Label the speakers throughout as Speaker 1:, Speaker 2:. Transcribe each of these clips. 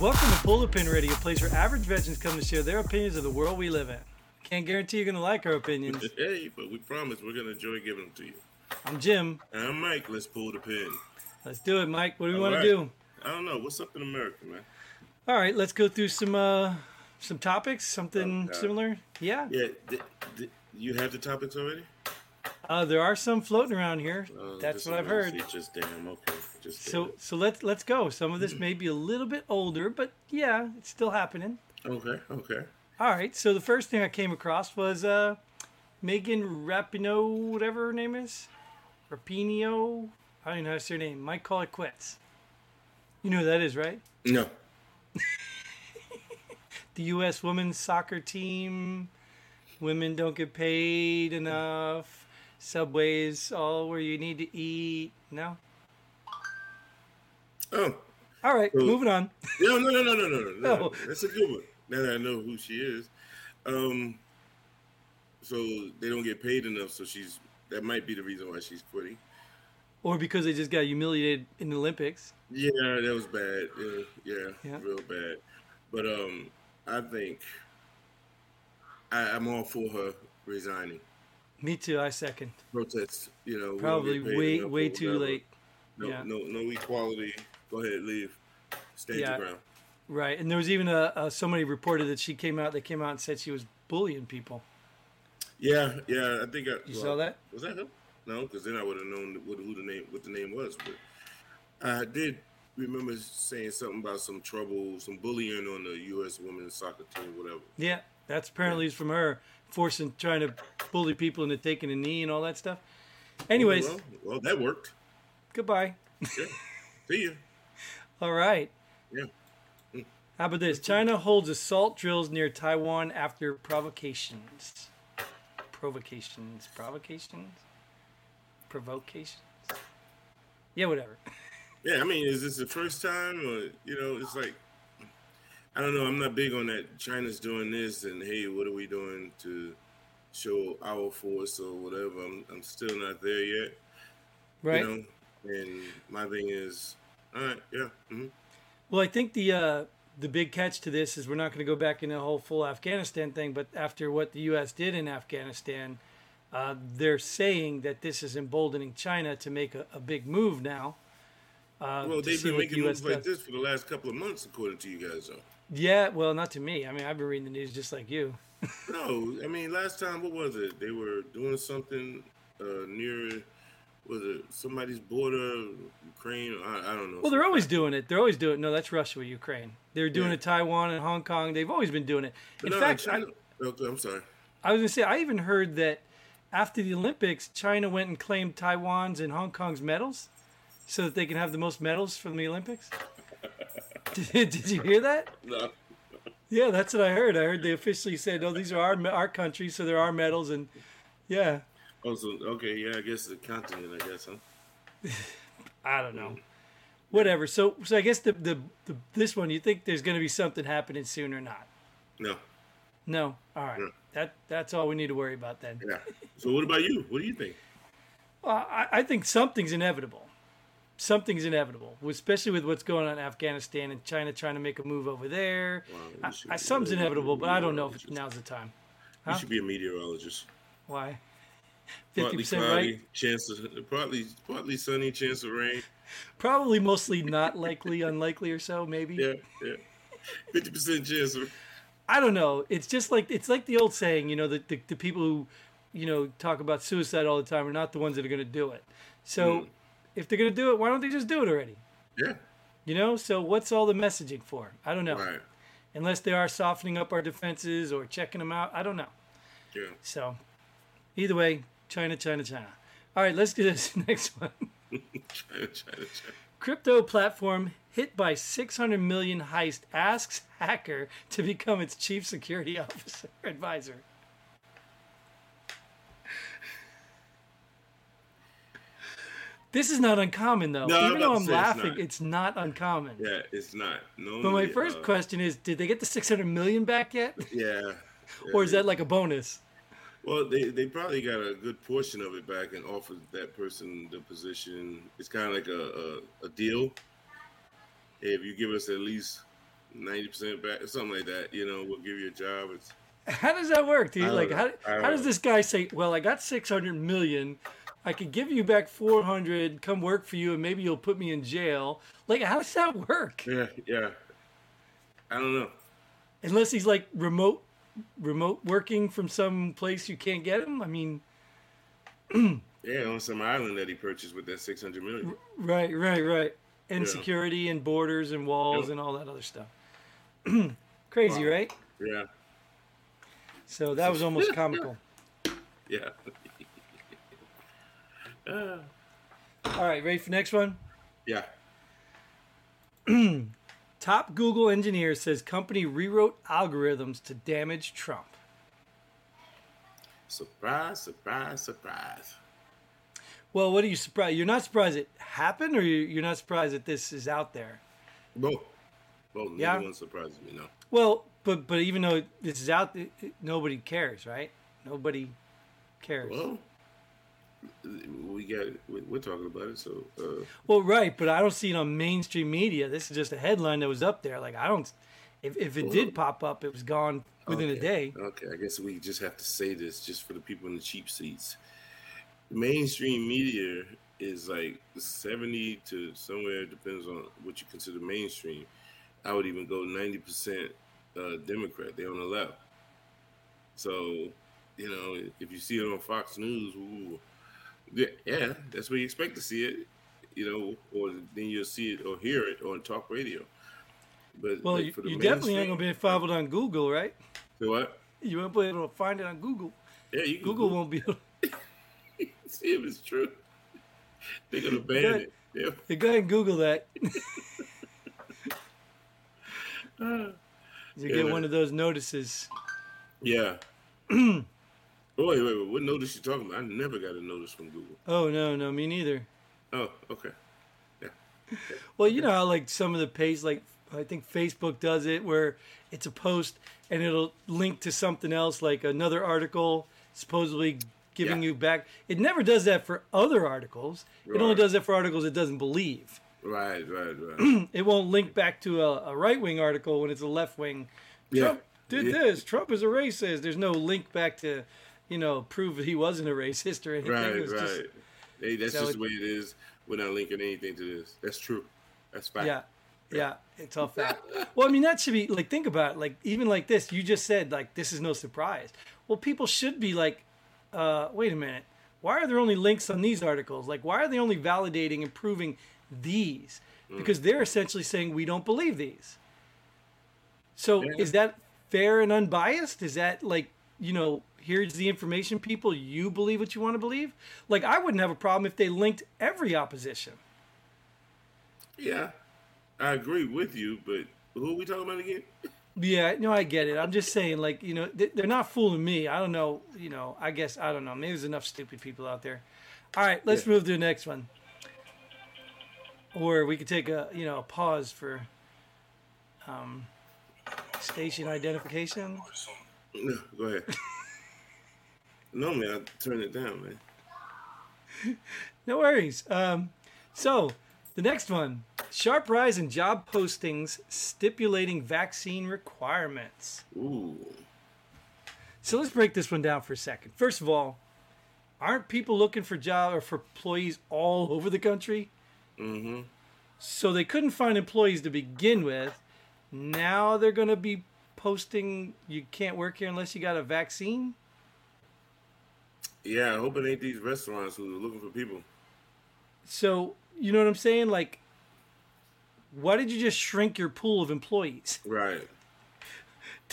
Speaker 1: Welcome to Bullet Pin Radio, a place where average veterans come to share their opinions of the world we live in. Can't guarantee you're going to like our opinions.
Speaker 2: hey, but we promise we're gonna enjoy giving them to you.
Speaker 1: I'm Jim.
Speaker 2: And I'm Mike. Let's pull the pin.
Speaker 1: Let's do it, Mike. What do we want
Speaker 2: All
Speaker 1: to do?
Speaker 2: right. I don't know what's up in America, man.
Speaker 1: All right, let's go through some uh, some topics, something
Speaker 2: Okay.
Speaker 1: similar. Yeah,
Speaker 2: Yeah, th- th- you have the topics already.
Speaker 1: uh, there are some floating around here.
Speaker 2: Uh,
Speaker 1: That's
Speaker 2: this
Speaker 1: what I've
Speaker 2: one
Speaker 1: heard.
Speaker 2: is Just damn okay. Just
Speaker 1: So so let's let's go. Some of this may be a little bit older, but yeah, it's still happening.
Speaker 2: damn. okay, okay.
Speaker 1: All right. So the first thing I came across was uh, Megan Rapinoe, whatever her name is, Rapinoe. I don't even know her surname. Might call it quits. You know who that is, right?
Speaker 2: No,
Speaker 1: The U.S. women's soccer team. Women don't get paid enough. Subways, all where you need to eat. No.
Speaker 2: oh
Speaker 1: All right.
Speaker 2: So-
Speaker 1: Moving on.
Speaker 2: no, no, no, no, no, no, no,
Speaker 1: No.
Speaker 2: no. That's a good one. Now that I know who she is, um, so they don't get paid enough. So she's that might be the reason why she's quitting.
Speaker 1: Or because they just got humiliated in the Olympics.
Speaker 2: Yeah, that was bad. Yeah, yeah,
Speaker 1: Yeah.
Speaker 2: real bad. But um, I think I, I'm all for her resigning.
Speaker 1: Me too. I second.
Speaker 2: Protests, you know, we don't
Speaker 1: Probably
Speaker 2: get paid
Speaker 1: way
Speaker 2: enough
Speaker 1: way
Speaker 2: or
Speaker 1: too
Speaker 2: whatever.
Speaker 1: late.
Speaker 2: No,
Speaker 1: yeah.
Speaker 2: no, no equality. Go ahead, leave. Stand
Speaker 1: Yeah.
Speaker 2: your ground.
Speaker 1: Right, and there was even a, a somebody reported that she came out. They came out and said she was bullying people.
Speaker 2: Yeah, yeah. I think I
Speaker 1: You saw that?
Speaker 2: Was that him? No, because then I would have known what who the name what the name was. But I did remember saying something about some trouble, some bullying on the U.S. women's soccer team, whatever.
Speaker 1: Yeah, that's apparently is from her forcing, trying to bully people into taking a knee and all that stuff. Anyways,
Speaker 2: well, well, that worked.
Speaker 1: goodbye.
Speaker 2: Yeah. See ya.
Speaker 1: All right.
Speaker 2: Yeah.
Speaker 1: How about this? China holds assault drills near Taiwan after provocations. Provocations. Provocations. Provocations. Yeah, whatever.
Speaker 2: Yeah, I mean, is this the first time, or you know, it's like, I don't know. I'm not big on that. China's doing this, and hey, what are we doing to show our force or whatever? I'm, I'm still not there yet,
Speaker 1: Right.
Speaker 2: you know. And my thing is, all right, yeah, mhm.
Speaker 1: Well, I think the uh, the big catch to this is we're not going to go back into the whole full Afghanistan thing, but after what the U.S. did in Afghanistan, uh, they're saying that this is emboldening China to make a, a big move now. Uh,
Speaker 2: well,
Speaker 1: to
Speaker 2: they've
Speaker 1: see
Speaker 2: been
Speaker 1: what the
Speaker 2: making
Speaker 1: US
Speaker 2: moves like
Speaker 1: does.
Speaker 2: this for the last couple of months, according to you guys. Though,
Speaker 1: Yeah, well, not to me. I mean, I've been reading the news just like you.
Speaker 2: no, I mean, last time what was it? They were doing something uh, near, was it somebody's border, Ukraine? I, I don't know.
Speaker 1: Well, they're always doing it. They're always doing it. No, that's Russia with Ukraine. They're doing
Speaker 2: Yeah.
Speaker 1: it Taiwan and Hong Kong. They've always been doing it. In
Speaker 2: No,
Speaker 1: fact, I,
Speaker 2: China- okay, I'm sorry.
Speaker 1: I was gonna say I even heard that after the Olympics, China went and claimed Taiwan's and Hong Kong's medals, so that they can have the most medals from the Olympics. did, did you hear that?
Speaker 2: No.
Speaker 1: Yeah, that's what I heard. I heard they officially said, "Oh, these are our me- our country, so there are medals." And yeah,
Speaker 2: Oh, so okay, yeah, I guess the continent, I guess, huh?
Speaker 1: I don't know, whatever. So so I guess the the, the this one, you think there's gonna be something happening soon or not?
Speaker 2: No.
Speaker 1: No. All right.
Speaker 2: Yeah.
Speaker 1: That that's all we need to worry about then.
Speaker 2: Yeah. So what about you? What do you think?
Speaker 1: Well, I, I think something's inevitable. Something's inevitable, especially with what's going on in Afghanistan and China trying to make a move over there.
Speaker 2: Wow, you
Speaker 1: I,
Speaker 2: should
Speaker 1: I,
Speaker 2: be
Speaker 1: something's
Speaker 2: really
Speaker 1: inevitable, but I don't know if it's
Speaker 2: meteorologist.
Speaker 1: now's the time.
Speaker 2: You
Speaker 1: Huh?
Speaker 2: should be a meteorologist.
Speaker 1: Why? Fifty
Speaker 2: Partly
Speaker 1: percent
Speaker 2: cloudy,
Speaker 1: right.
Speaker 2: chance of partly partly sunny, chance of rain.
Speaker 1: Probably mostly not likely, unlikely or so, maybe.
Speaker 2: Yeah, yeah. Fifty percent chance of
Speaker 1: I don't know. It's just like it's like the old saying, you know, that the, the people who, you know, talk about suicide all the time are not the ones that are going to do it. So,
Speaker 2: Mm.
Speaker 1: if they're going to do it, why don't they just do it already?
Speaker 2: yeah.
Speaker 1: You know. So, what's all the messaging for? I don't know.
Speaker 2: Right.
Speaker 1: unless they are softening up our defenses or checking them out. I don't know.
Speaker 2: Yeah.
Speaker 1: So, either way, China, China, China. All right, let's do this next one.
Speaker 2: China, China, China.
Speaker 1: Crypto platform hit by 600 million heist asks hacker to become its chief security officer advisor. This is not uncommon though.
Speaker 2: No, I'm
Speaker 1: Even
Speaker 2: about
Speaker 1: though
Speaker 2: to
Speaker 1: I'm
Speaker 2: say it's
Speaker 1: laughing,
Speaker 2: not.
Speaker 1: it's not, uncommon.
Speaker 2: Yeah, it's not. No. uh,
Speaker 1: But my first question is, did they get the 600 million back yet?
Speaker 2: Yeah.
Speaker 1: or
Speaker 2: yeah.
Speaker 1: is that like a bonus?
Speaker 2: Well, they, they probably got a good portion of it back and offered that person the position. It's kind of like a, a, a deal. If you give us at least ninety percent back, or something like that. You know, we'll give you a job. It's,
Speaker 1: How does that work, dude?
Speaker 2: I don't
Speaker 1: Like,
Speaker 2: know.
Speaker 1: how,
Speaker 2: I don't
Speaker 1: how does
Speaker 2: know.
Speaker 1: this guy say, well, I got 600 million. I could give you back 400, come work for you, and maybe you'll put me in jail. Like, how does that work?
Speaker 2: yeah, yeah. I don't know.
Speaker 1: Unless he's like remote, remote working from some place you can't get him. I mean,
Speaker 2: Yeah, on some island that he purchased with that six hundred million.
Speaker 1: right, right, right. And
Speaker 2: Yeah.
Speaker 1: security and borders and walls
Speaker 2: Yep.
Speaker 1: and all that other stuff. Crazy,
Speaker 2: Wow.
Speaker 1: right?
Speaker 2: Yeah,
Speaker 1: So that was almost comical.
Speaker 2: yeah. Uh,
Speaker 1: All right, ready for next one?
Speaker 2: yeah.
Speaker 1: Top Google engineer says company rewrote algorithms to damage Trump.
Speaker 2: Surprise, surprise, surprise.
Speaker 1: Well, what are you surprised? You're not surprised it happened, or you- you're not surprised that this is out there.
Speaker 2: Both. Both. Neither
Speaker 1: Yeah.
Speaker 2: one surprises me. No.
Speaker 1: Well, but but even though this is out, it, it- nobody cares, right? Nobody cares. Well,
Speaker 2: Well, we got. we- We're talking about it. So, uh,
Speaker 1: right, but I don't see it on mainstream media. This is just a headline that was up there. Like I don't. If if it did pop up, it was gone within
Speaker 2: okay.
Speaker 1: a day.
Speaker 2: Okay. I guess we just have to say this just for the people in the cheap seats. Mainstream media is like seventy to somewhere depends on what you consider mainstream. I would even go ninety percent uh, Democrat. They on the left. So, you know, if you see it on Fox News, ooh, yeah, yeah, that's where you expect to see it, you know, or then you'll see it or hear it on talk radio. But
Speaker 1: Well,
Speaker 2: like,
Speaker 1: you,
Speaker 2: for the
Speaker 1: you definitely ain't
Speaker 2: mainstream-
Speaker 1: gonna be found on Google, right?
Speaker 2: So what?
Speaker 1: You won't be able to find it on Google.
Speaker 2: Yeah, you can
Speaker 1: Google won't be. Able,
Speaker 2: See if it's true. They're gonna ban
Speaker 1: Good.
Speaker 2: it. Yeah.
Speaker 1: go ahead and Google that. You
Speaker 2: Yeah,
Speaker 1: get
Speaker 2: man.
Speaker 1: one of those notices.
Speaker 2: Yeah. oh wait, wait, wait. What notice you talking about? I never got a notice from Google.
Speaker 1: Oh no, no, me neither.
Speaker 2: Oh, okay.
Speaker 1: Well, you know how like some of the page, like I think Facebook does it, where it's a post and it'll link to something else, like another article, supposedly giving
Speaker 2: Yeah.
Speaker 1: you back. It never does that for other articles. It only
Speaker 2: Right.
Speaker 1: does that for articles it doesn't believe.
Speaker 2: Right, right, right.
Speaker 1: It won't link back to a, a right wing article when it's a left wing. Trump
Speaker 2: Yeah.
Speaker 1: did
Speaker 2: Yeah.
Speaker 1: this. Trump is a racist. There's no link back to, you know, prove he wasn't a racist or anything. It
Speaker 2: right,
Speaker 1: was
Speaker 2: right.
Speaker 1: just-
Speaker 2: hey, that's
Speaker 1: so
Speaker 2: just
Speaker 1: it-
Speaker 2: the way it is. We're not linking anything to this. That's true. That's fact.
Speaker 1: Yeah. Yeah, it's all fact. Well, I mean, that should be like think about it. Like even like this, you just said like this is no surprise. Well, people should be like, uh, wait a minute, why are there only links on these articles? Like, why are they only validating and proving these? Because they're essentially saying we don't believe these. So
Speaker 2: Yeah.
Speaker 1: is that fair and unbiased? Is that like you know here's the information, people, you believe what you want to believe? Like I wouldn't have a problem if they linked every opposition.
Speaker 2: Yeah. I agree with you, but who are we talking about again?
Speaker 1: Yeah, no, I get it. I'm just saying, like, you know, th- they're not fooling me. I don't know, you know, I guess, I don't know. Maybe there's enough stupid people out there. All right, let's
Speaker 2: Yeah.
Speaker 1: move to the next one. Or we could take a, you know, a pause for um, station identification.
Speaker 2: No, go ahead. Normally I turn it down, man.
Speaker 1: No worries. Um, so, the next one sharp rise in job postings stipulating vaccine requirements.
Speaker 2: Ooh.
Speaker 1: So let's break this one down for a second. First of all, aren't people looking for job or for employees all over the country?
Speaker 2: Mm-hmm.
Speaker 1: So they couldn't find employees to begin with. Now they're going to be posting you can't work here unless you got a vaccine.
Speaker 2: Yeah, I hope it ain't these restaurants who are looking for people.
Speaker 1: So you know what I'm saying? Like, why did you just shrink your pool of employees?
Speaker 2: Right.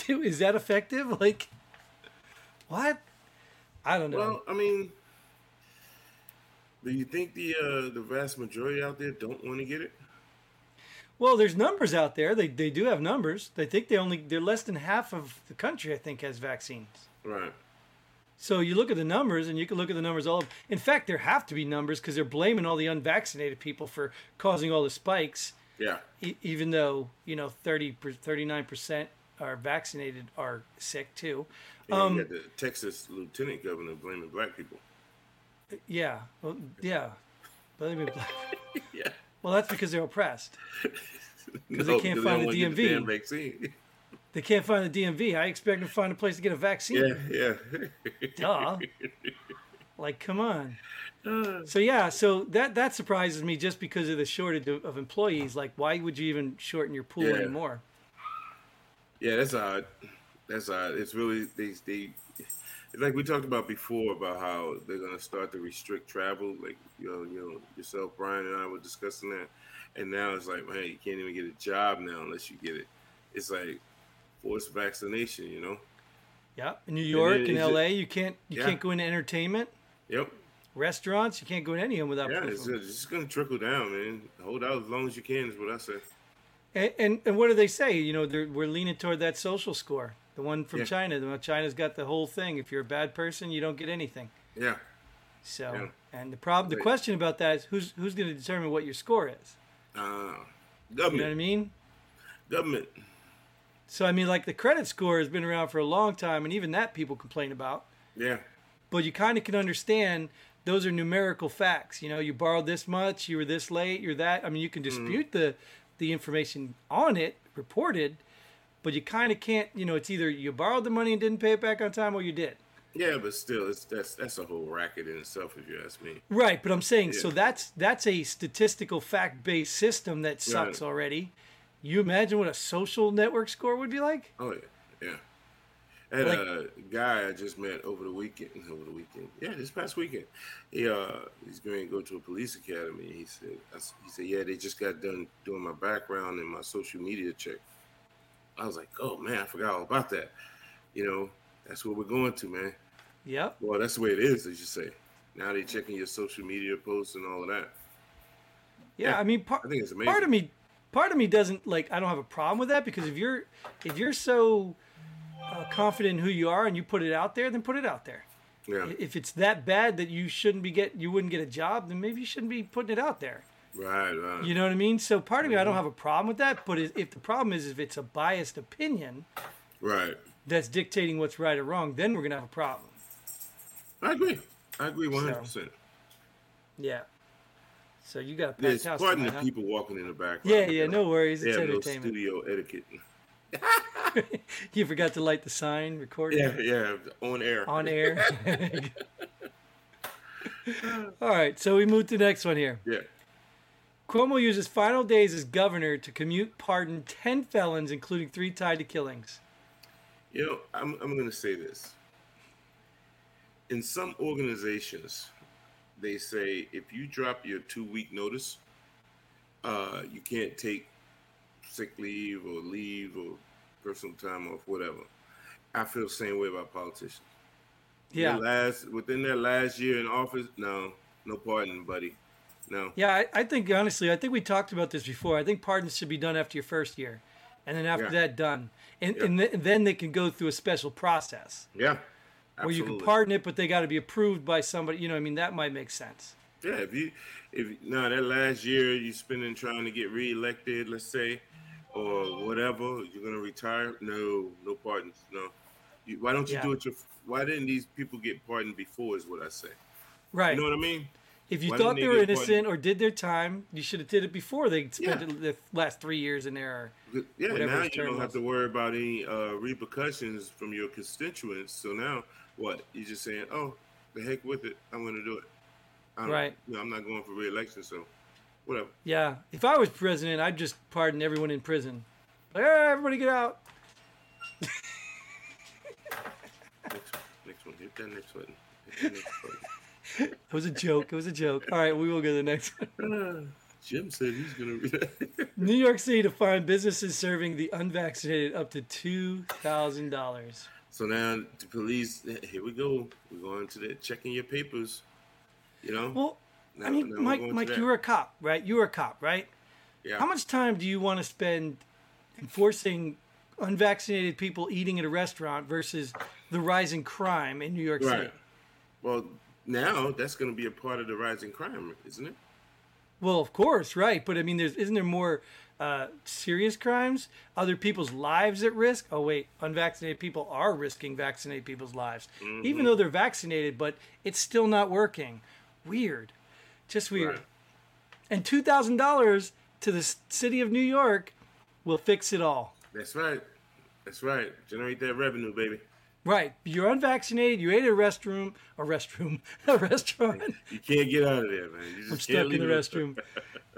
Speaker 1: Is that effective? Like, what? I don't know.
Speaker 2: Well, I mean, do you think the uh, the vast majority out there don't want to get it?
Speaker 1: Well, there's numbers out there. They they do have numbers. They think they only they're less than half of the country I think has vaccines.
Speaker 2: Right.
Speaker 1: So you look at the numbers and you can look at the numbers all in fact there have to be numbers because they're blaming all the unvaccinated people for causing all the spikes
Speaker 2: Yeah.
Speaker 1: e- even though, you know, 30 39% are vaccinated are sick too.
Speaker 2: And
Speaker 1: Um,
Speaker 2: you got the Texas lieutenant governor blaming black people.
Speaker 1: Yeah. Well, yeah. But they mean, black-
Speaker 2: Yeah.
Speaker 1: well, that's because they're oppressed. because they can't find
Speaker 2: don't
Speaker 1: the
Speaker 2: wanna get damn
Speaker 1: DMV.
Speaker 2: vaccine.
Speaker 1: They can't find the DMV. I expect them to find a place to get a vaccine.
Speaker 2: Yeah, yeah.
Speaker 1: Duh. like, come on. So yeah, so that that surprises me just because of the shortage of, of employees. Like, why would you even shorten your pool
Speaker 2: Yeah.
Speaker 1: anymore?
Speaker 2: Yeah, that's odd. That's odd. It's really they they it's like we talked about before about how they're gonna start to restrict travel. Like you know, you know yourself, Brian and I were discussing that, and now it's like man, you can't even get a job now unless you get it. It's like forced vaccination. You know.
Speaker 1: Yeah, in New York
Speaker 2: it-
Speaker 1: and
Speaker 2: it's-
Speaker 1: L.A., you can't you
Speaker 2: yeah.
Speaker 1: can't go into entertainment,
Speaker 2: Yep.
Speaker 1: restaurants. You can't go in any of them without.
Speaker 2: Yeah,
Speaker 1: proof
Speaker 2: it's
Speaker 1: of-
Speaker 2: just, it's just gonna trickle down, man. Hold out as long as you can is what I say.
Speaker 1: And, and and what do they say? You know, they're, we're leaning toward that social score, the one from
Speaker 2: Yeah.
Speaker 1: China. The one- China's got the whole thing. If you're a bad person, you don't get anything.
Speaker 2: Yeah.
Speaker 1: So,
Speaker 2: Yeah.
Speaker 1: and the problem, the
Speaker 2: Right.
Speaker 1: question about that is who's who's going to determine what your score is? You
Speaker 2: Uh,
Speaker 1: know what I
Speaker 2: government,
Speaker 1: mean?
Speaker 2: government.
Speaker 1: So I mean, like the credit score has been around for a long time, and even that people complain about.
Speaker 2: Yeah.
Speaker 1: But you kind of can understand those are numerical facts. You know, you borrowed this much, you were this late, you're that. I mean, you can
Speaker 2: Mm-hmm.
Speaker 1: dispute the the information on it reported, but you kind of can't. You know, it's either you borrowed the money and didn't pay it back on time, or you did.
Speaker 2: Yeah, but still, it's that's that's a whole racket in itself, if you ask me.
Speaker 1: Right, but I'm saying so
Speaker 2: Yeah.
Speaker 1: that's that's a statistical fact-based system that sucks
Speaker 2: Right.
Speaker 1: already. You imagine what a social network score would be like?
Speaker 2: Oh yeah, yeah. I had
Speaker 1: Like-
Speaker 2: a guy I just met over the weekend. Over the weekend, yeah, this past weekend. He uh, he's going to go to a police academy. He said, I s he said, yeah, they just got done doing my background and my social media check. I was like, oh man, I forgot all about that. You know, that's what we're going to, man.
Speaker 1: Yep.
Speaker 2: Well, that's the way it is, as you say. Now they're checking your social media posts and all of that.
Speaker 1: Yeah,
Speaker 2: Yeah,
Speaker 1: I mean, par-
Speaker 2: I think it's amazing.
Speaker 1: part of me, part of me doesn't like. I don't have a problem with that because if you're if you're so uh, confident in who you are and you put it out there, then put it out there.
Speaker 2: Yeah,
Speaker 1: I- If it's that bad that you shouldn't be get you wouldn't get a job, then maybe you shouldn't be putting it out there.
Speaker 2: right, right.
Speaker 1: You know what I mean? So part of me, I
Speaker 2: Mm-hmm.
Speaker 1: don't have a problem with that. But if if the problem is if it's a biased opinion
Speaker 2: right.
Speaker 1: that's dictating what's right or wrong, then we're gonna have a problem.
Speaker 2: I agree. I agree 100%.
Speaker 1: Yeah. So you got a packed
Speaker 2: There's
Speaker 1: house
Speaker 2: pardon
Speaker 1: tonight,
Speaker 2: the
Speaker 1: huh?
Speaker 2: people walking in the background.
Speaker 1: Yeah, yeah, no worries.
Speaker 2: They
Speaker 1: It's
Speaker 2: have no
Speaker 1: entertainment.
Speaker 2: studio etiquette.
Speaker 1: you forgot to light the sign, record.
Speaker 2: Yeah, yeah, on air.
Speaker 1: on air. All right, so we move to the next one here.
Speaker 2: Yeah.
Speaker 1: Cuomo uses final days as governor to commute pardon 10 felons, including three tied to killings.
Speaker 2: You know, I'm, I'm going to say this. In some organizations, they say if you drop your two week notice, uh, you can't take sick leave or leave or personal time off, whatever. I feel the same way about politicians.
Speaker 1: Yeah.
Speaker 2: Their last within their last year in office, no, no pardon, buddy. No.
Speaker 1: Yeah, I, I think, honestly, I think we talked about this before. I think pardons should be done after your first year. And then after
Speaker 2: Yeah.
Speaker 1: that, done. And,
Speaker 2: Yeah.
Speaker 1: and th- then they can go through a special process
Speaker 2: Yeah.
Speaker 1: where you can pardon it, but they got to be approved by somebody. You know, I mean, that might make sense.
Speaker 2: Yeah, if you if now that last year you spending trying to get reelected, let's say, or whatever, you're gonna retire. No, no pardons. No. You, why don't you
Speaker 1: Yeah.
Speaker 2: do it your why didn't these people get pardoned before is what I say.
Speaker 1: Right.
Speaker 2: You know what I mean?
Speaker 1: If you
Speaker 2: Why
Speaker 1: thought
Speaker 2: didn't
Speaker 1: they
Speaker 2: they
Speaker 1: were
Speaker 2: get one-
Speaker 1: innocent or did their time, you should have did it before they spent
Speaker 2: Yeah.
Speaker 1: the the last three years in there.
Speaker 2: Yeah,
Speaker 1: Whatever
Speaker 2: now
Speaker 1: his
Speaker 2: you
Speaker 1: term
Speaker 2: don't have
Speaker 1: was.
Speaker 2: to worry about any uh, repercussions from your constituents. So now, what? You're just saying, "Oh, the heck with it! I'm going to do it." I don't-
Speaker 1: Right.
Speaker 2: You know, I'm not going for re-election, so whatever.
Speaker 1: Yeah. If I was president, I'd just pardon everyone in prison. Like, all right, everybody get out.
Speaker 2: Next, next one. Hit that next button. Hit that next button.
Speaker 1: It was a joke. It was a joke. All right, we will go to the next one.
Speaker 2: Jim said he's going to.
Speaker 1: New York City to fine businesses serving the unvaccinated up to two thousand dollars.
Speaker 2: so now the police. Here we go. We're going to the checking your papers. You know.
Speaker 1: Well,
Speaker 2: Now-
Speaker 1: I mean,
Speaker 2: now we're
Speaker 1: Mike,
Speaker 2: going to
Speaker 1: Mike,
Speaker 2: that.
Speaker 1: you were a cop, right? You were a cop, right?
Speaker 2: yeah.
Speaker 1: How much time do you want to spend enforcing unvaccinated people eating at a restaurant versus the rising crime in New York City?
Speaker 2: Right. Well, now that's going to be a part of the rising crime, isn't it?
Speaker 1: Well, of course, right. But I mean, there's isn't there more uh, serious crimes? Other people's lives at risk? Oh wait, unvaccinated people are risking vaccinated people's lives,
Speaker 2: Mm-hmm.
Speaker 1: even though they're vaccinated. But it's still not working. Weird, just weird.
Speaker 2: Right.
Speaker 1: And two thousand dollars to the s- city of New York will fix it all.
Speaker 2: That's right. That's right. Generate that revenue, baby.
Speaker 1: Right. You're unvaccinated. You ate at a restroom, a restroom, a restaurant.
Speaker 2: You can't get out of there, man. You just
Speaker 1: I'm
Speaker 2: can't
Speaker 1: stuck in the
Speaker 2: leave it.
Speaker 1: restroom.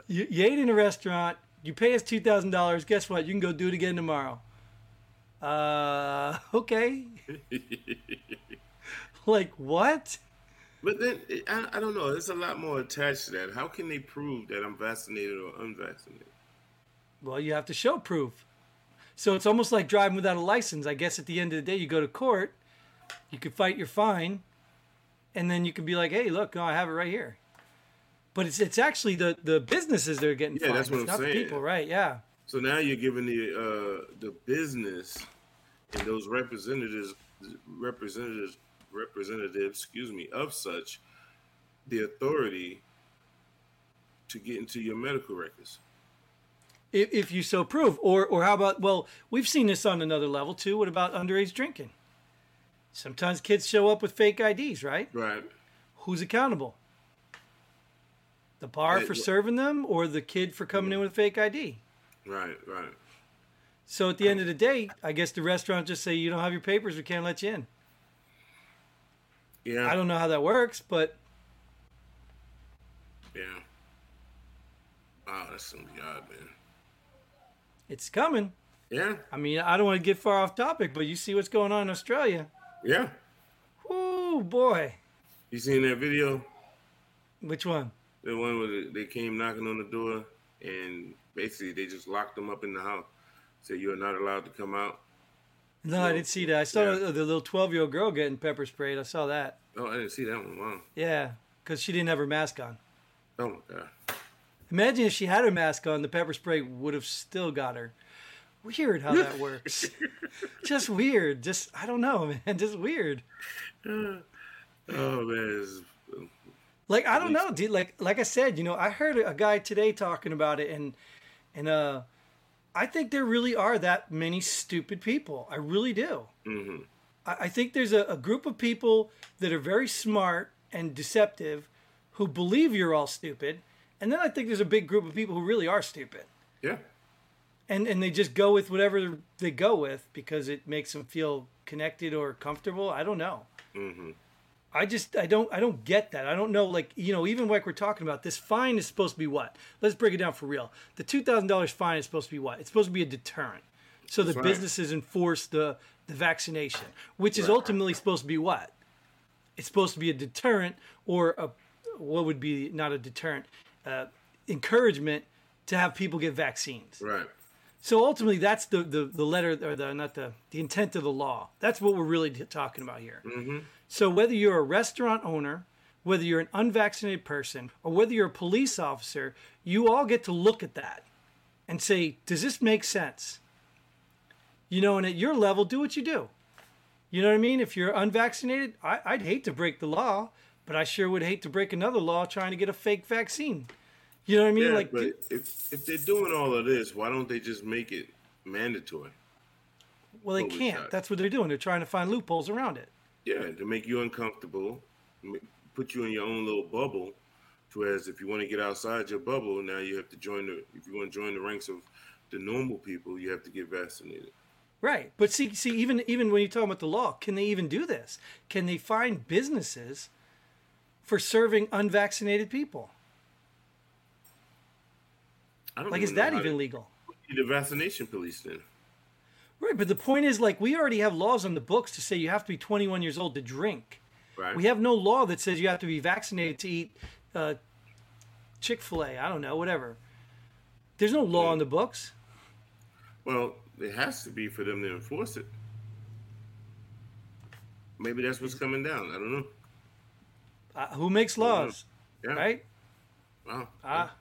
Speaker 1: you, you ate in a restaurant. You pay us two thousand dollars. Guess what? You can go do it again tomorrow. Uh, okay. like what?
Speaker 2: But then it- I, I don't know. There's a lot more attached to that. How can they prove that I'm vaccinated or unvaccinated?
Speaker 1: Well, you have to show proof. So it's almost like driving without a license. I guess at the end of the day, you go to court, you could fight your fine, and then you could be like, "Hey, look, no, I have it right here." But it's it's actually the the businesses that are getting
Speaker 2: Yeah,
Speaker 1: fined.
Speaker 2: that's what
Speaker 1: It's
Speaker 2: I'm
Speaker 1: not the
Speaker 2: saying.
Speaker 1: people, right? Yeah.
Speaker 2: So now you're giving the uh, the business and those representatives representatives representatives, excuse me, of such the authority to get into your medical records.
Speaker 1: if, if you so prove or or how about well we've seen this on another level too what about underage drinking sometimes kids show up with fake ids right
Speaker 2: Right.
Speaker 1: who's accountable the bar
Speaker 2: Right,
Speaker 1: for
Speaker 2: wh-
Speaker 1: serving them or the kid for coming in with a fake id
Speaker 2: Right. Right.
Speaker 1: so at the end of the day i guess the restaurant just say you don't have your papers we can't let you in
Speaker 2: Yeah.
Speaker 1: i don't know how that works but
Speaker 2: Yeah. Wow, that's some God, man.
Speaker 1: it's coming
Speaker 2: Yeah.
Speaker 1: i mean i don't want to get far off topic but you see what's going on in australia
Speaker 2: Yeah.
Speaker 1: oh boy
Speaker 2: You seen that video?
Speaker 1: which one
Speaker 2: The one where they- they came knocking on the door and basically they just locked them up in the house. Said you're not allowed to come out.
Speaker 1: no i didn't see that i saw
Speaker 2: Yeah.
Speaker 1: the the little 12 year old girl getting pepper sprayed i saw that
Speaker 2: Oh, I didn't see that one. Wow.
Speaker 1: Yeah, because she didn't have her mask on.
Speaker 2: Oh my God.
Speaker 1: Imagine if she had her mask on, the pepper spray would have still got her. Weird how that works. just weird. Just I don't know, man. Just weird.
Speaker 2: Oh man. it's-
Speaker 1: Like I don't know, dude. Like like I said, you know, I heard a guy today talking about it, and and uh, I think there really are that many stupid people. I really do. I, I think there's a, a group of people that are very smart and deceptive, who believe you're all stupid, and then I think there's a big group of people who really are stupid,
Speaker 2: Yeah.
Speaker 1: and and they just go with whatever they go with because it makes them feel connected or comfortable. I don't know. I just I don't I don't get that. I don't know like you know even like we're talking about this fine is supposed to be what? Let's break it down for real. The two thousand dollars fine is supposed to be what? It's supposed to be a deterrent. So the
Speaker 2: right.
Speaker 1: businesses enforce the the vaccination, which is ultimately supposed to be what? It's supposed to be a deterrent or a what would be not a deterrent, uh, encouragement to have people get vaccines.
Speaker 2: Right.
Speaker 1: So ultimately, that's the, the, the letter or the not the the intent of the law. That's what we're really t- talking about here.
Speaker 2: Mm-hmm.
Speaker 1: So whether you're a restaurant owner, whether you're an unvaccinated person, or whether you're a police officer, you all get to look at that and say, does this make sense? You know, and at your level, do what you do. You know what I mean? If you're unvaccinated, I, I'd hate to break the law, but I sure would hate to break another law trying to get a fake vaccine. You know what I mean?
Speaker 2: Yeah,
Speaker 1: like,
Speaker 2: but
Speaker 1: dude,
Speaker 2: if if they're doing all of this, why don't they just make it mandatory?
Speaker 1: well, they
Speaker 2: what we
Speaker 1: can't.
Speaker 2: got.
Speaker 1: That's what they're doing. They're trying to find loopholes around it.
Speaker 2: Yeah, to make you uncomfortable, ma- put you in your own little bubble. To Whereas if you want to get outside your bubble, now you have to join the. If you want to join the ranks of the normal people, you have to get vaccinated.
Speaker 1: Right. But see see even even when you're talking about the law, can they even do this? Can they find businesses for serving unvaccinated people?
Speaker 2: I don't
Speaker 1: Like is
Speaker 2: even know
Speaker 1: that
Speaker 2: how to-
Speaker 1: even legal?
Speaker 2: The vaccination police then.
Speaker 1: Right, but the point is like we already have laws on the books to say you have to be 21 years old to drink.
Speaker 2: Right.
Speaker 1: We have no law that says you have to be vaccinated to eat uh, Chick-fil-A, I don't know, whatever. There's no law on the books.
Speaker 2: Well, it has to be for them to enforce it. Maybe that's what's coming down. I don't know.
Speaker 1: Uh, who makes laws?
Speaker 2: Yeah.
Speaker 1: Right?
Speaker 2: Wow.
Speaker 1: Ah,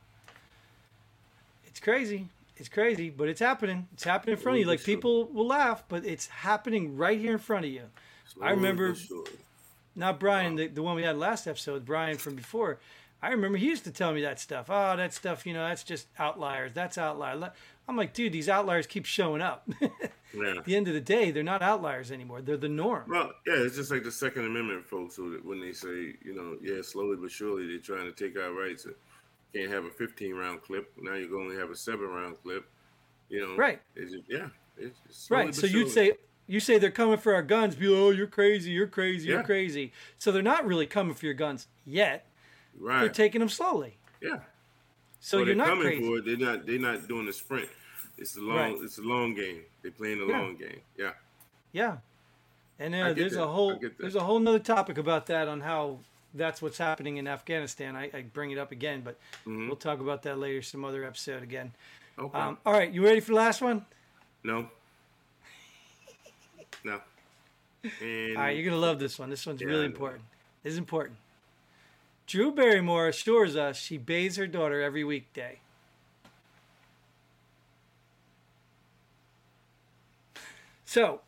Speaker 1: it's crazy. It's crazy, but it's happening. It's happening in front of you.
Speaker 2: Slowly
Speaker 1: Like
Speaker 2: but
Speaker 1: people will laugh, but it's happening right here in front of you. I remember-
Speaker 2: Sure.
Speaker 1: Not Brian, the, the one we had last episode, Brian from before. I remember he used to tell me that stuff. Oh, that stuff, you know, that's just outliers. That's outlier. Li- I'm like, dude, these outliers keep showing up. At
Speaker 2: Yeah.
Speaker 1: the end of the day, they're not outliers anymore. They're the norm.
Speaker 2: Well, yeah, it's just like the Second Amendment, folks. Who, when they say, you know, yeah, slowly but surely, they're trying to take our rights. Can't have a 15 round clip. Now you can only have a seven round clip. You know,
Speaker 1: Right.
Speaker 2: It's just, yeah, it's just slowly
Speaker 1: Right.
Speaker 2: but
Speaker 1: So you'd
Speaker 2: surely.
Speaker 1: say you say they're coming for our guns. Be like, oh, you're crazy. You're crazy. You're
Speaker 2: Yeah.
Speaker 1: crazy. So they're not really coming for your guns yet. They're
Speaker 2: right?
Speaker 1: taking them slowly.
Speaker 2: yeah.
Speaker 1: So
Speaker 2: Well,
Speaker 1: you're
Speaker 2: they're
Speaker 1: not
Speaker 2: coming
Speaker 1: crazy.
Speaker 2: for it. They're not. They're not doing a sprint. It's a long.
Speaker 1: Right.
Speaker 2: It's a long game. They're playing a
Speaker 1: Yeah.
Speaker 2: long game. Yeah.
Speaker 1: Yeah. And
Speaker 2: I
Speaker 1: uh,
Speaker 2: get
Speaker 1: there's
Speaker 2: that.
Speaker 1: a
Speaker 2: I
Speaker 1: whole
Speaker 2: get that.
Speaker 1: there's a whole nother topic about that on how that's what's happening in Afghanistan. I, I bring it up again, but
Speaker 2: Mhm.
Speaker 1: we'll talk about that later, some other episode again.
Speaker 2: Okay.
Speaker 1: Um, all right, you ready for the last one?
Speaker 2: no. No. And
Speaker 1: All right, you're gonna love this one. This one's
Speaker 2: Yeah,
Speaker 1: really
Speaker 2: I know.
Speaker 1: important. This is important. Drew Barrymore assures us she bathes her daughter every weekday. So,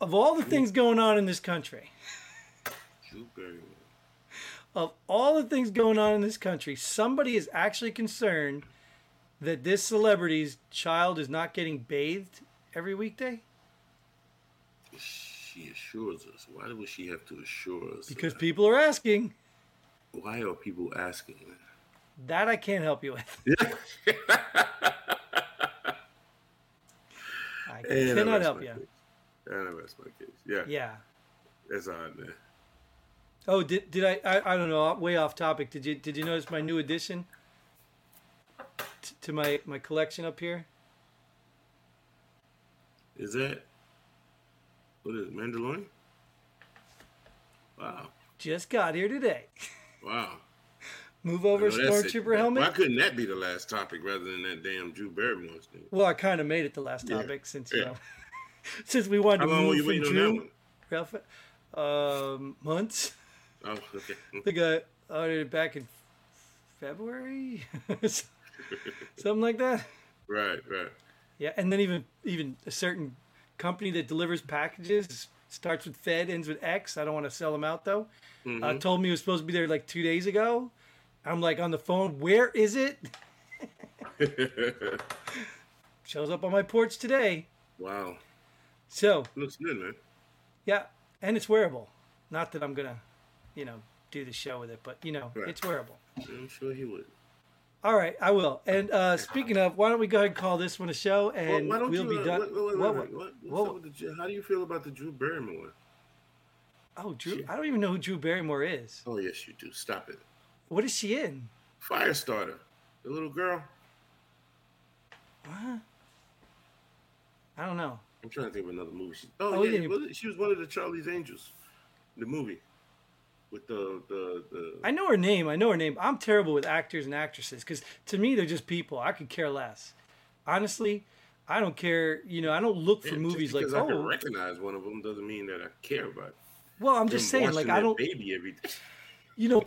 Speaker 1: of all the things going on in this country,
Speaker 2: Drew Barrymore.
Speaker 1: of all the things going on in this country, somebody is actually concerned that this celebrity's child is not getting bathed every weekday
Speaker 2: She assures us. Why would she have to assure us?
Speaker 1: because
Speaker 2: that?
Speaker 1: people are asking.
Speaker 2: why are people asking that?
Speaker 1: That I can't help you with. I
Speaker 2: And I
Speaker 1: cannot
Speaker 2: rest
Speaker 1: help
Speaker 2: my
Speaker 1: you.
Speaker 2: case. And I rest my case. Yeah,
Speaker 1: Yeah.
Speaker 2: that's odd, man.
Speaker 1: Oh, did did I, I? I don't know. Way off topic. Did you did you notice my new addition t- to my my collection up here?
Speaker 2: Is that what is it, Mandalorian? Wow,
Speaker 1: Just got here today.
Speaker 2: wow.
Speaker 1: Move over,
Speaker 2: I know that's it.
Speaker 1: stormtrooper helmet.
Speaker 2: Why couldn't that be the last topic rather than that damn Drew Barrymore thing?
Speaker 1: Well, I kind of made it the last
Speaker 2: Yeah.
Speaker 1: topic since you
Speaker 2: Yeah.
Speaker 1: know since we wanted
Speaker 2: How
Speaker 1: to
Speaker 2: long were
Speaker 1: move
Speaker 2: you
Speaker 1: from
Speaker 2: waiting on that
Speaker 1: Drew
Speaker 2: one?
Speaker 1: Ralph, um, months.
Speaker 2: Oh, okay.
Speaker 1: I think I ordered it back in February, something like that.
Speaker 2: right, right.
Speaker 1: Yeah, and then even even a certain company that delivers packages starts with Fed, ends with X. I don't want to sell them out though.
Speaker 2: Mm-hmm.
Speaker 1: Uh, told me it was supposed to be there like two days ago. I'm like on the phone. Where is it? Shows up on my porch today.
Speaker 2: Wow,
Speaker 1: So
Speaker 2: looks good, man.
Speaker 1: yeah, and it's wearable. Not that I'm gonna, you know, do the show with it, but you know,
Speaker 2: Right.
Speaker 1: it's wearable.
Speaker 2: I'm sure he would.
Speaker 1: All right, I will. And uh, speaking of, why don't we go ahead and call this one a show, and
Speaker 2: why don't
Speaker 1: we'll
Speaker 2: you?
Speaker 1: be
Speaker 2: uh,
Speaker 1: done.
Speaker 2: Wait, wait, wait,
Speaker 1: What-
Speaker 2: wait, what- what's
Speaker 1: what-
Speaker 2: up with the Drew- how do you feel about the Drew Barrymore?
Speaker 1: Oh, Drew, I don't even know who Drew Barrymore is.
Speaker 2: Oh yes, you do. Stop it.
Speaker 1: What is she in?
Speaker 2: Firestarter, the little girl.
Speaker 1: Huh? I don't know.
Speaker 2: I'm trying to think of another movie. She, oh,
Speaker 1: Oh,
Speaker 2: yeah,
Speaker 1: yeah, you-
Speaker 2: was it- she was one of the Charlie's Angels, the movie with the the the.
Speaker 1: I know her name. I know her name. I'm terrible with actors and actresses because to me they're just people. I could care less. Honestly, I don't care. You know, I don't look for
Speaker 2: Yeah, just
Speaker 1: movies like
Speaker 2: because I can
Speaker 1: oh.
Speaker 2: recognize one of them doesn't mean that I care about. it.
Speaker 1: Well, I'm just
Speaker 2: Them
Speaker 1: saying, like
Speaker 2: watching
Speaker 1: I
Speaker 2: that
Speaker 1: don't.
Speaker 2: baby every day.
Speaker 1: You know,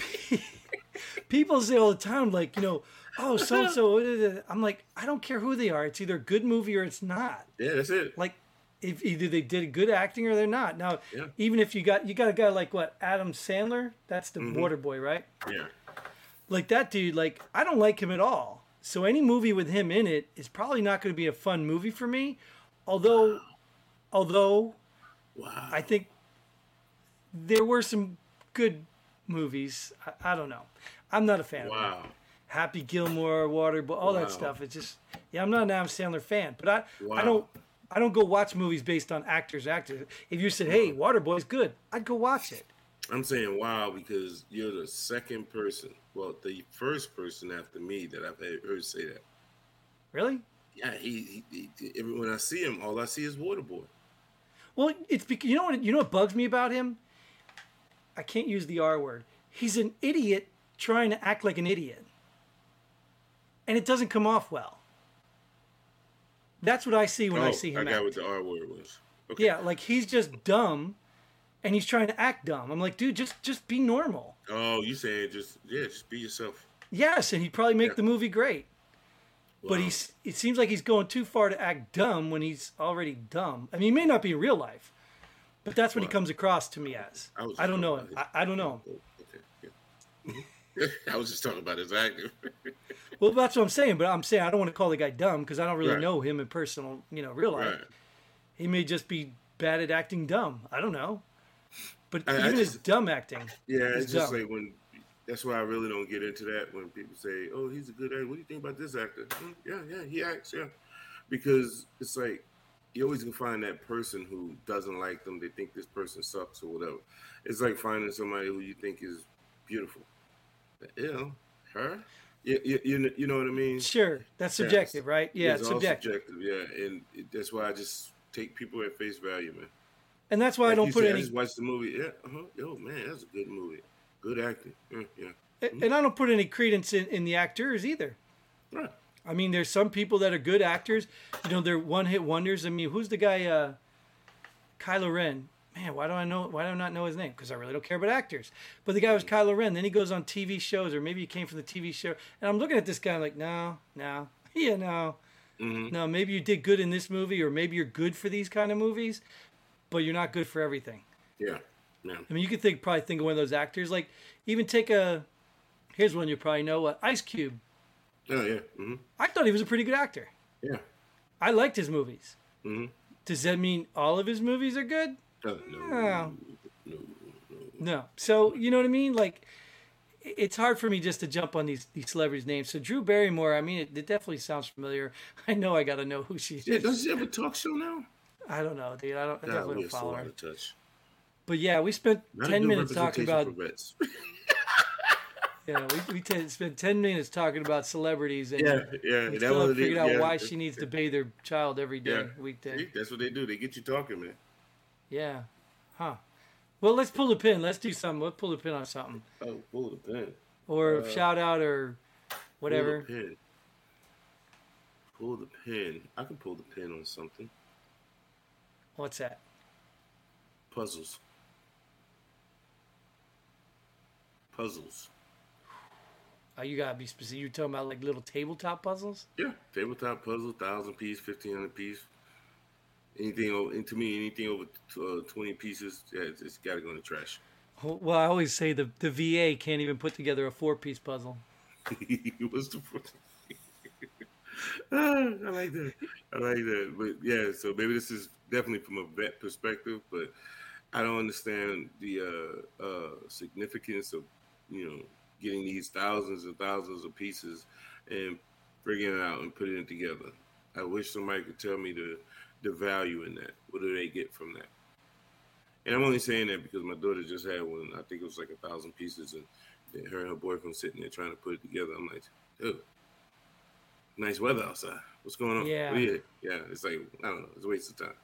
Speaker 1: people say all the time, like you know, oh so and so. I'm like, I don't care who they are. It's either a good movie or it's not.
Speaker 2: Yeah, that's it.
Speaker 1: like if either they did good acting or they're not. Now,
Speaker 2: Yeah.
Speaker 1: even if you got you got a guy like what Adam Sandler, that's the water boy, right?
Speaker 2: yeah,
Speaker 1: Like that dude, like I don't like him at all. So any movie with him in it is probably not going to be a fun movie for me. Although, although
Speaker 2: wow.
Speaker 1: I think there were some good movies. I, I don't know. I'm not a fan. Of him.
Speaker 2: wow.
Speaker 1: Happy Gilmore, Waterboy, all
Speaker 2: Wow.
Speaker 1: that stuff. It's just yeah, I'm not an Adam Sandler fan, but I
Speaker 2: Wow.
Speaker 1: I don't I don't go watch movies based on actors actors. If you said, "Hey, Waterboy's good," I'd go watch it.
Speaker 2: I'm saying wow because you're the second person, well, the first person after me that I've had- heard say that.
Speaker 1: Really?
Speaker 2: Yeah, he, he, he every, when I see him, all I see is Waterboy.
Speaker 1: Well, it's because you know what you know what bugs me about him. I can't use the R word. He's an idiot trying to act like an idiot, and it doesn't come off well. That's what I see when I
Speaker 2: oh,
Speaker 1: see
Speaker 2: I
Speaker 1: him.
Speaker 2: got
Speaker 1: act.
Speaker 2: what the R word was. Okay.
Speaker 1: Yeah, like he's just dumb, and he's trying to act dumb. I'm like, dude, just just be normal.
Speaker 2: Oh, you saying just yeah, just be yourself.
Speaker 1: Yes, and he'd probably make
Speaker 2: Yeah.
Speaker 1: the movie great. But
Speaker 2: Wow.
Speaker 1: he's it seems like he's going too far to act dumb when he's already dumb. I mean, he may not be in real life, but that's what he
Speaker 2: Wow.
Speaker 1: comes across to me as.
Speaker 2: I was
Speaker 1: I, don't
Speaker 2: just
Speaker 1: know him.
Speaker 2: talking
Speaker 1: I,
Speaker 2: about
Speaker 1: I don't know him.
Speaker 2: his- Okay. yeah. Mhm. I was just talking about his actor.
Speaker 1: Well, that's what I'm saying. But I'm saying I don't want to call the guy dumb because I don't really
Speaker 2: Right.
Speaker 1: know him in personal, you know, real life.
Speaker 2: right.
Speaker 1: He may just be bad at acting dumb. I don't know. But
Speaker 2: I- I
Speaker 1: even his
Speaker 2: just-
Speaker 1: dumb acting,
Speaker 2: Yeah, it's
Speaker 1: He's
Speaker 2: just
Speaker 1: dumb.
Speaker 2: like when. That's why I really don't Hmm, get into that when people say, "Oh, he's a good actor." What do you think about this actor? "Mm, yeah, yeah, he acts. Yeah, because it's like you always can find that person who doesn't like them. They think this person sucks or whatever. It's like finding somebody who you think is beautiful. You know, her. You, you, you, you know what I mean?
Speaker 1: Sure, that's subjective,
Speaker 2: Yes.
Speaker 1: right? Yeah,
Speaker 2: it's
Speaker 1: it's
Speaker 2: all
Speaker 1: subjective,
Speaker 2: subjective. Yeah, and it, that's why I just take people at face value, man.
Speaker 1: and that's why I
Speaker 2: Like
Speaker 1: don't
Speaker 2: you
Speaker 1: put
Speaker 2: said, I
Speaker 1: any
Speaker 2: just watched the movie. Yeah, uh-huh. yo, man, that's a good movie. Good acting. Yeah, yeah.
Speaker 1: and I don't put any credence in, in the actors either.
Speaker 2: Right.
Speaker 1: I mean, there's some people that are good actors. You know, they're one hit wonders. I mean, who's the guy? Uh, Kylo Ren. Man, why do I know? Why do I not know his name? Because I really don't care about actors. But the guy was Kylo Ren. Then he goes on TV shows, or maybe he came from the TV show. And I'm looking at this guy I'm like, no, no, yeah, no, no. Maybe you did good in this movie, or maybe you're good for these kind of movies, but you're not good for everything.
Speaker 2: Yeah. Yeah.
Speaker 1: I mean, you could think probably think of one of those actors. Like even take a here's one you probably know, uh, Ice Cube.
Speaker 2: Oh yeah. hmm
Speaker 1: I thought he was a pretty good actor.
Speaker 2: Yeah.
Speaker 1: I liked his movies.
Speaker 2: hmm
Speaker 1: Does that mean all of his movies are good?
Speaker 2: Oh, no.
Speaker 1: No.
Speaker 2: No. no.
Speaker 1: No. So you know what I mean? Like, i- it's hard for me just to jump on these these celebrities' names. So Drew Barrymore. I mean, it, it definitely sounds familiar. I know I got to know who she
Speaker 2: Yeah,
Speaker 1: is.
Speaker 2: does she have a talk show now?
Speaker 1: I don't know, dude. I don't. I
Speaker 2: God,
Speaker 1: definitely
Speaker 2: we are
Speaker 1: don't
Speaker 2: so
Speaker 1: follow
Speaker 2: out
Speaker 1: her.
Speaker 2: of touch.
Speaker 1: But yeah, we spent
Speaker 2: Not a
Speaker 1: ten
Speaker 2: good
Speaker 1: minutes talking
Speaker 2: representation
Speaker 1: about.
Speaker 2: for vets.
Speaker 1: Yeah, we, we t- spent ten minutes talking about celebrities and.
Speaker 2: yeah, yeah.
Speaker 1: We still
Speaker 2: That was
Speaker 1: haven't
Speaker 2: it.
Speaker 1: figured out
Speaker 2: yeah.
Speaker 1: why she needs to bathe her child every day,
Speaker 2: Yeah.
Speaker 1: weekday.
Speaker 2: See, that's what they do. They get you talking, man.
Speaker 1: Yeah. Huh. Well, let's pull the pin. Let's do something. Let's pull the pin on something.
Speaker 2: Oh, pull the pin.
Speaker 1: Or shout out or whatever.
Speaker 2: Pull the pin. Pull the pin. I can pull the pin on something.
Speaker 1: What's that?
Speaker 2: Puzzles. Puzzles.
Speaker 1: Oh, you gotta be specific. You're talking about like little tabletop puzzles?
Speaker 2: Yeah, tabletop puzzle, thousand piece, fifteen hundred piece. Anything over, and to me, anything over uh, twenty pieces, yeah, it's, it's got to go in the trash.
Speaker 1: Well, I always say the, the VA can't even put together a four piece puzzle.
Speaker 2: What's the point? Ah, I like that. I like that. But yeah, so maybe this is definitely from a vet perspective, but I don't understand the uh, uh, significance of you know getting these thousands and thousands of pieces and bringing it out and putting it together. I wish somebody could tell me the the value in that. What do they get from that? And I'm only saying that because my daughter just had one. I think it was like a thousand pieces, and that her and her boyfriend sitting there trying to put it together. I'm like, dude, nice weather outside. What's going on?
Speaker 1: Yeah.
Speaker 2: What are you- yeah. It's like I don't know. It's a waste of time.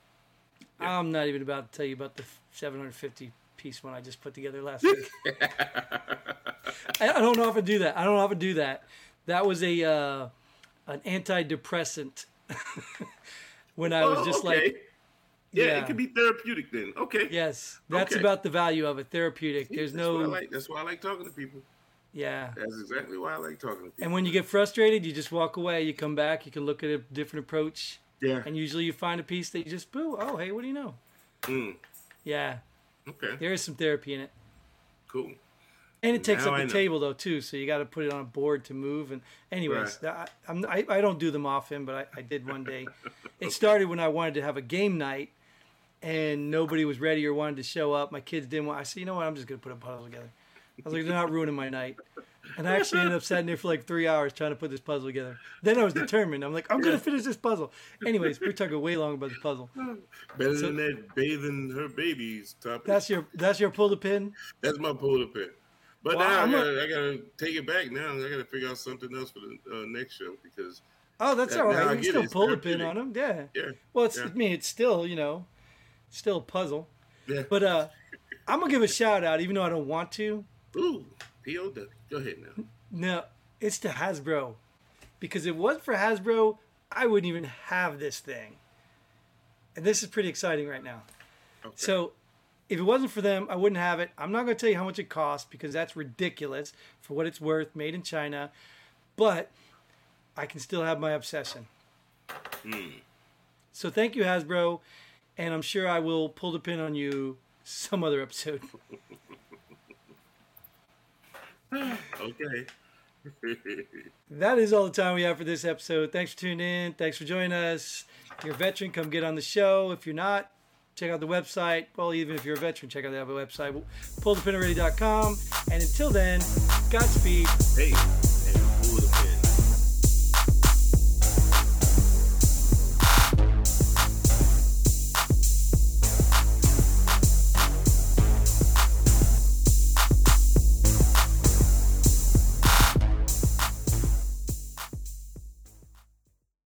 Speaker 2: Yeah.
Speaker 1: I'm not even about to tell you about the 750 piece one I just put together last week. I I don't often do that. I don't often do that. That was a uh, an antidepressant when I was
Speaker 2: Oh,
Speaker 1: just like,
Speaker 2: okay. yeah,
Speaker 1: yeah.
Speaker 2: it could be therapeutic then. Okay.
Speaker 1: yes, that's
Speaker 2: Okay.
Speaker 1: about the value of it. Therapeutic. There's
Speaker 2: That's What I
Speaker 1: no,
Speaker 2: like. That's why I like talking to people.
Speaker 1: yeah.
Speaker 2: That's exactly why I like talking to people.
Speaker 1: And when you get frustrated, you just walk away. You come back. You can look at a different approach.
Speaker 2: yeah.
Speaker 1: And usually you find a piece that you just, boo, oh, hey, what do you know?
Speaker 2: Mm,
Speaker 1: Yeah,
Speaker 2: okay.
Speaker 1: there is some therapy in it.
Speaker 2: Cool.
Speaker 1: And it takes
Speaker 2: Now
Speaker 1: up
Speaker 2: I
Speaker 1: the
Speaker 2: know.
Speaker 1: table, though, too. So you got to put it on a board to move. And, anyways,
Speaker 2: Right.
Speaker 1: that- I, I'm, I, I don't do them often, but I, I did one day. It started when I wanted to have a game night and nobody was ready or wanted to show up. My kids didn't want, I said, you know what? I'm just going to put a puzzle together. I was like, they're not ruining my night. And I actually ended up sitting there for like three hours trying to put this puzzle together. Then I was determined. I'm like, I'm going to finish this puzzle. Anyways, we're talking way long about this puzzle.
Speaker 2: Better than that bathing her babies topic.
Speaker 1: That's your that's your pull the pin.
Speaker 2: That's my polar pit. But
Speaker 1: Wow,
Speaker 2: now I
Speaker 1: I'm a-
Speaker 2: gotta, I gotta take it back. Now I gotta figure out something else for the uh, next show because
Speaker 1: Oh, that's
Speaker 2: Yeah,
Speaker 1: all
Speaker 2: now I
Speaker 1: right. You can
Speaker 2: get it.
Speaker 1: still
Speaker 2: It's
Speaker 1: pull the pin on
Speaker 2: therapeutic.
Speaker 1: them. Yeah.
Speaker 2: yeah,
Speaker 1: Well, it's
Speaker 2: Yeah.
Speaker 1: I mean, it's still you know, still a puzzle.
Speaker 2: yeah.
Speaker 1: But uh, I'm gonna give a shout out, even though I don't want to.
Speaker 2: Ooh, POW. Go ahead now.
Speaker 1: No, it's to Hasbro, because if it wasn't for Hasbro, I wouldn't even have this thing. And this is pretty exciting right now.
Speaker 2: Okay.
Speaker 1: So, if it wasn't for them, I wouldn't have it. I'm not gonna tell you how much it costs because that's ridiculous for what it's worth, made in China. But I can still have my obsession. So thank you, Hasbro, and I'm sure I will pull the pin on you some other episode.
Speaker 2: okay.
Speaker 1: That is all the time we have for this episode. Thanks for tuning in. Thanks for joining us. If you're a veteran, come get on the show. If you're not, check out the website. Well, even if you're a veteran, check out the other website, pullthepinalready.com. And until then, Godspeed.
Speaker 2: hey.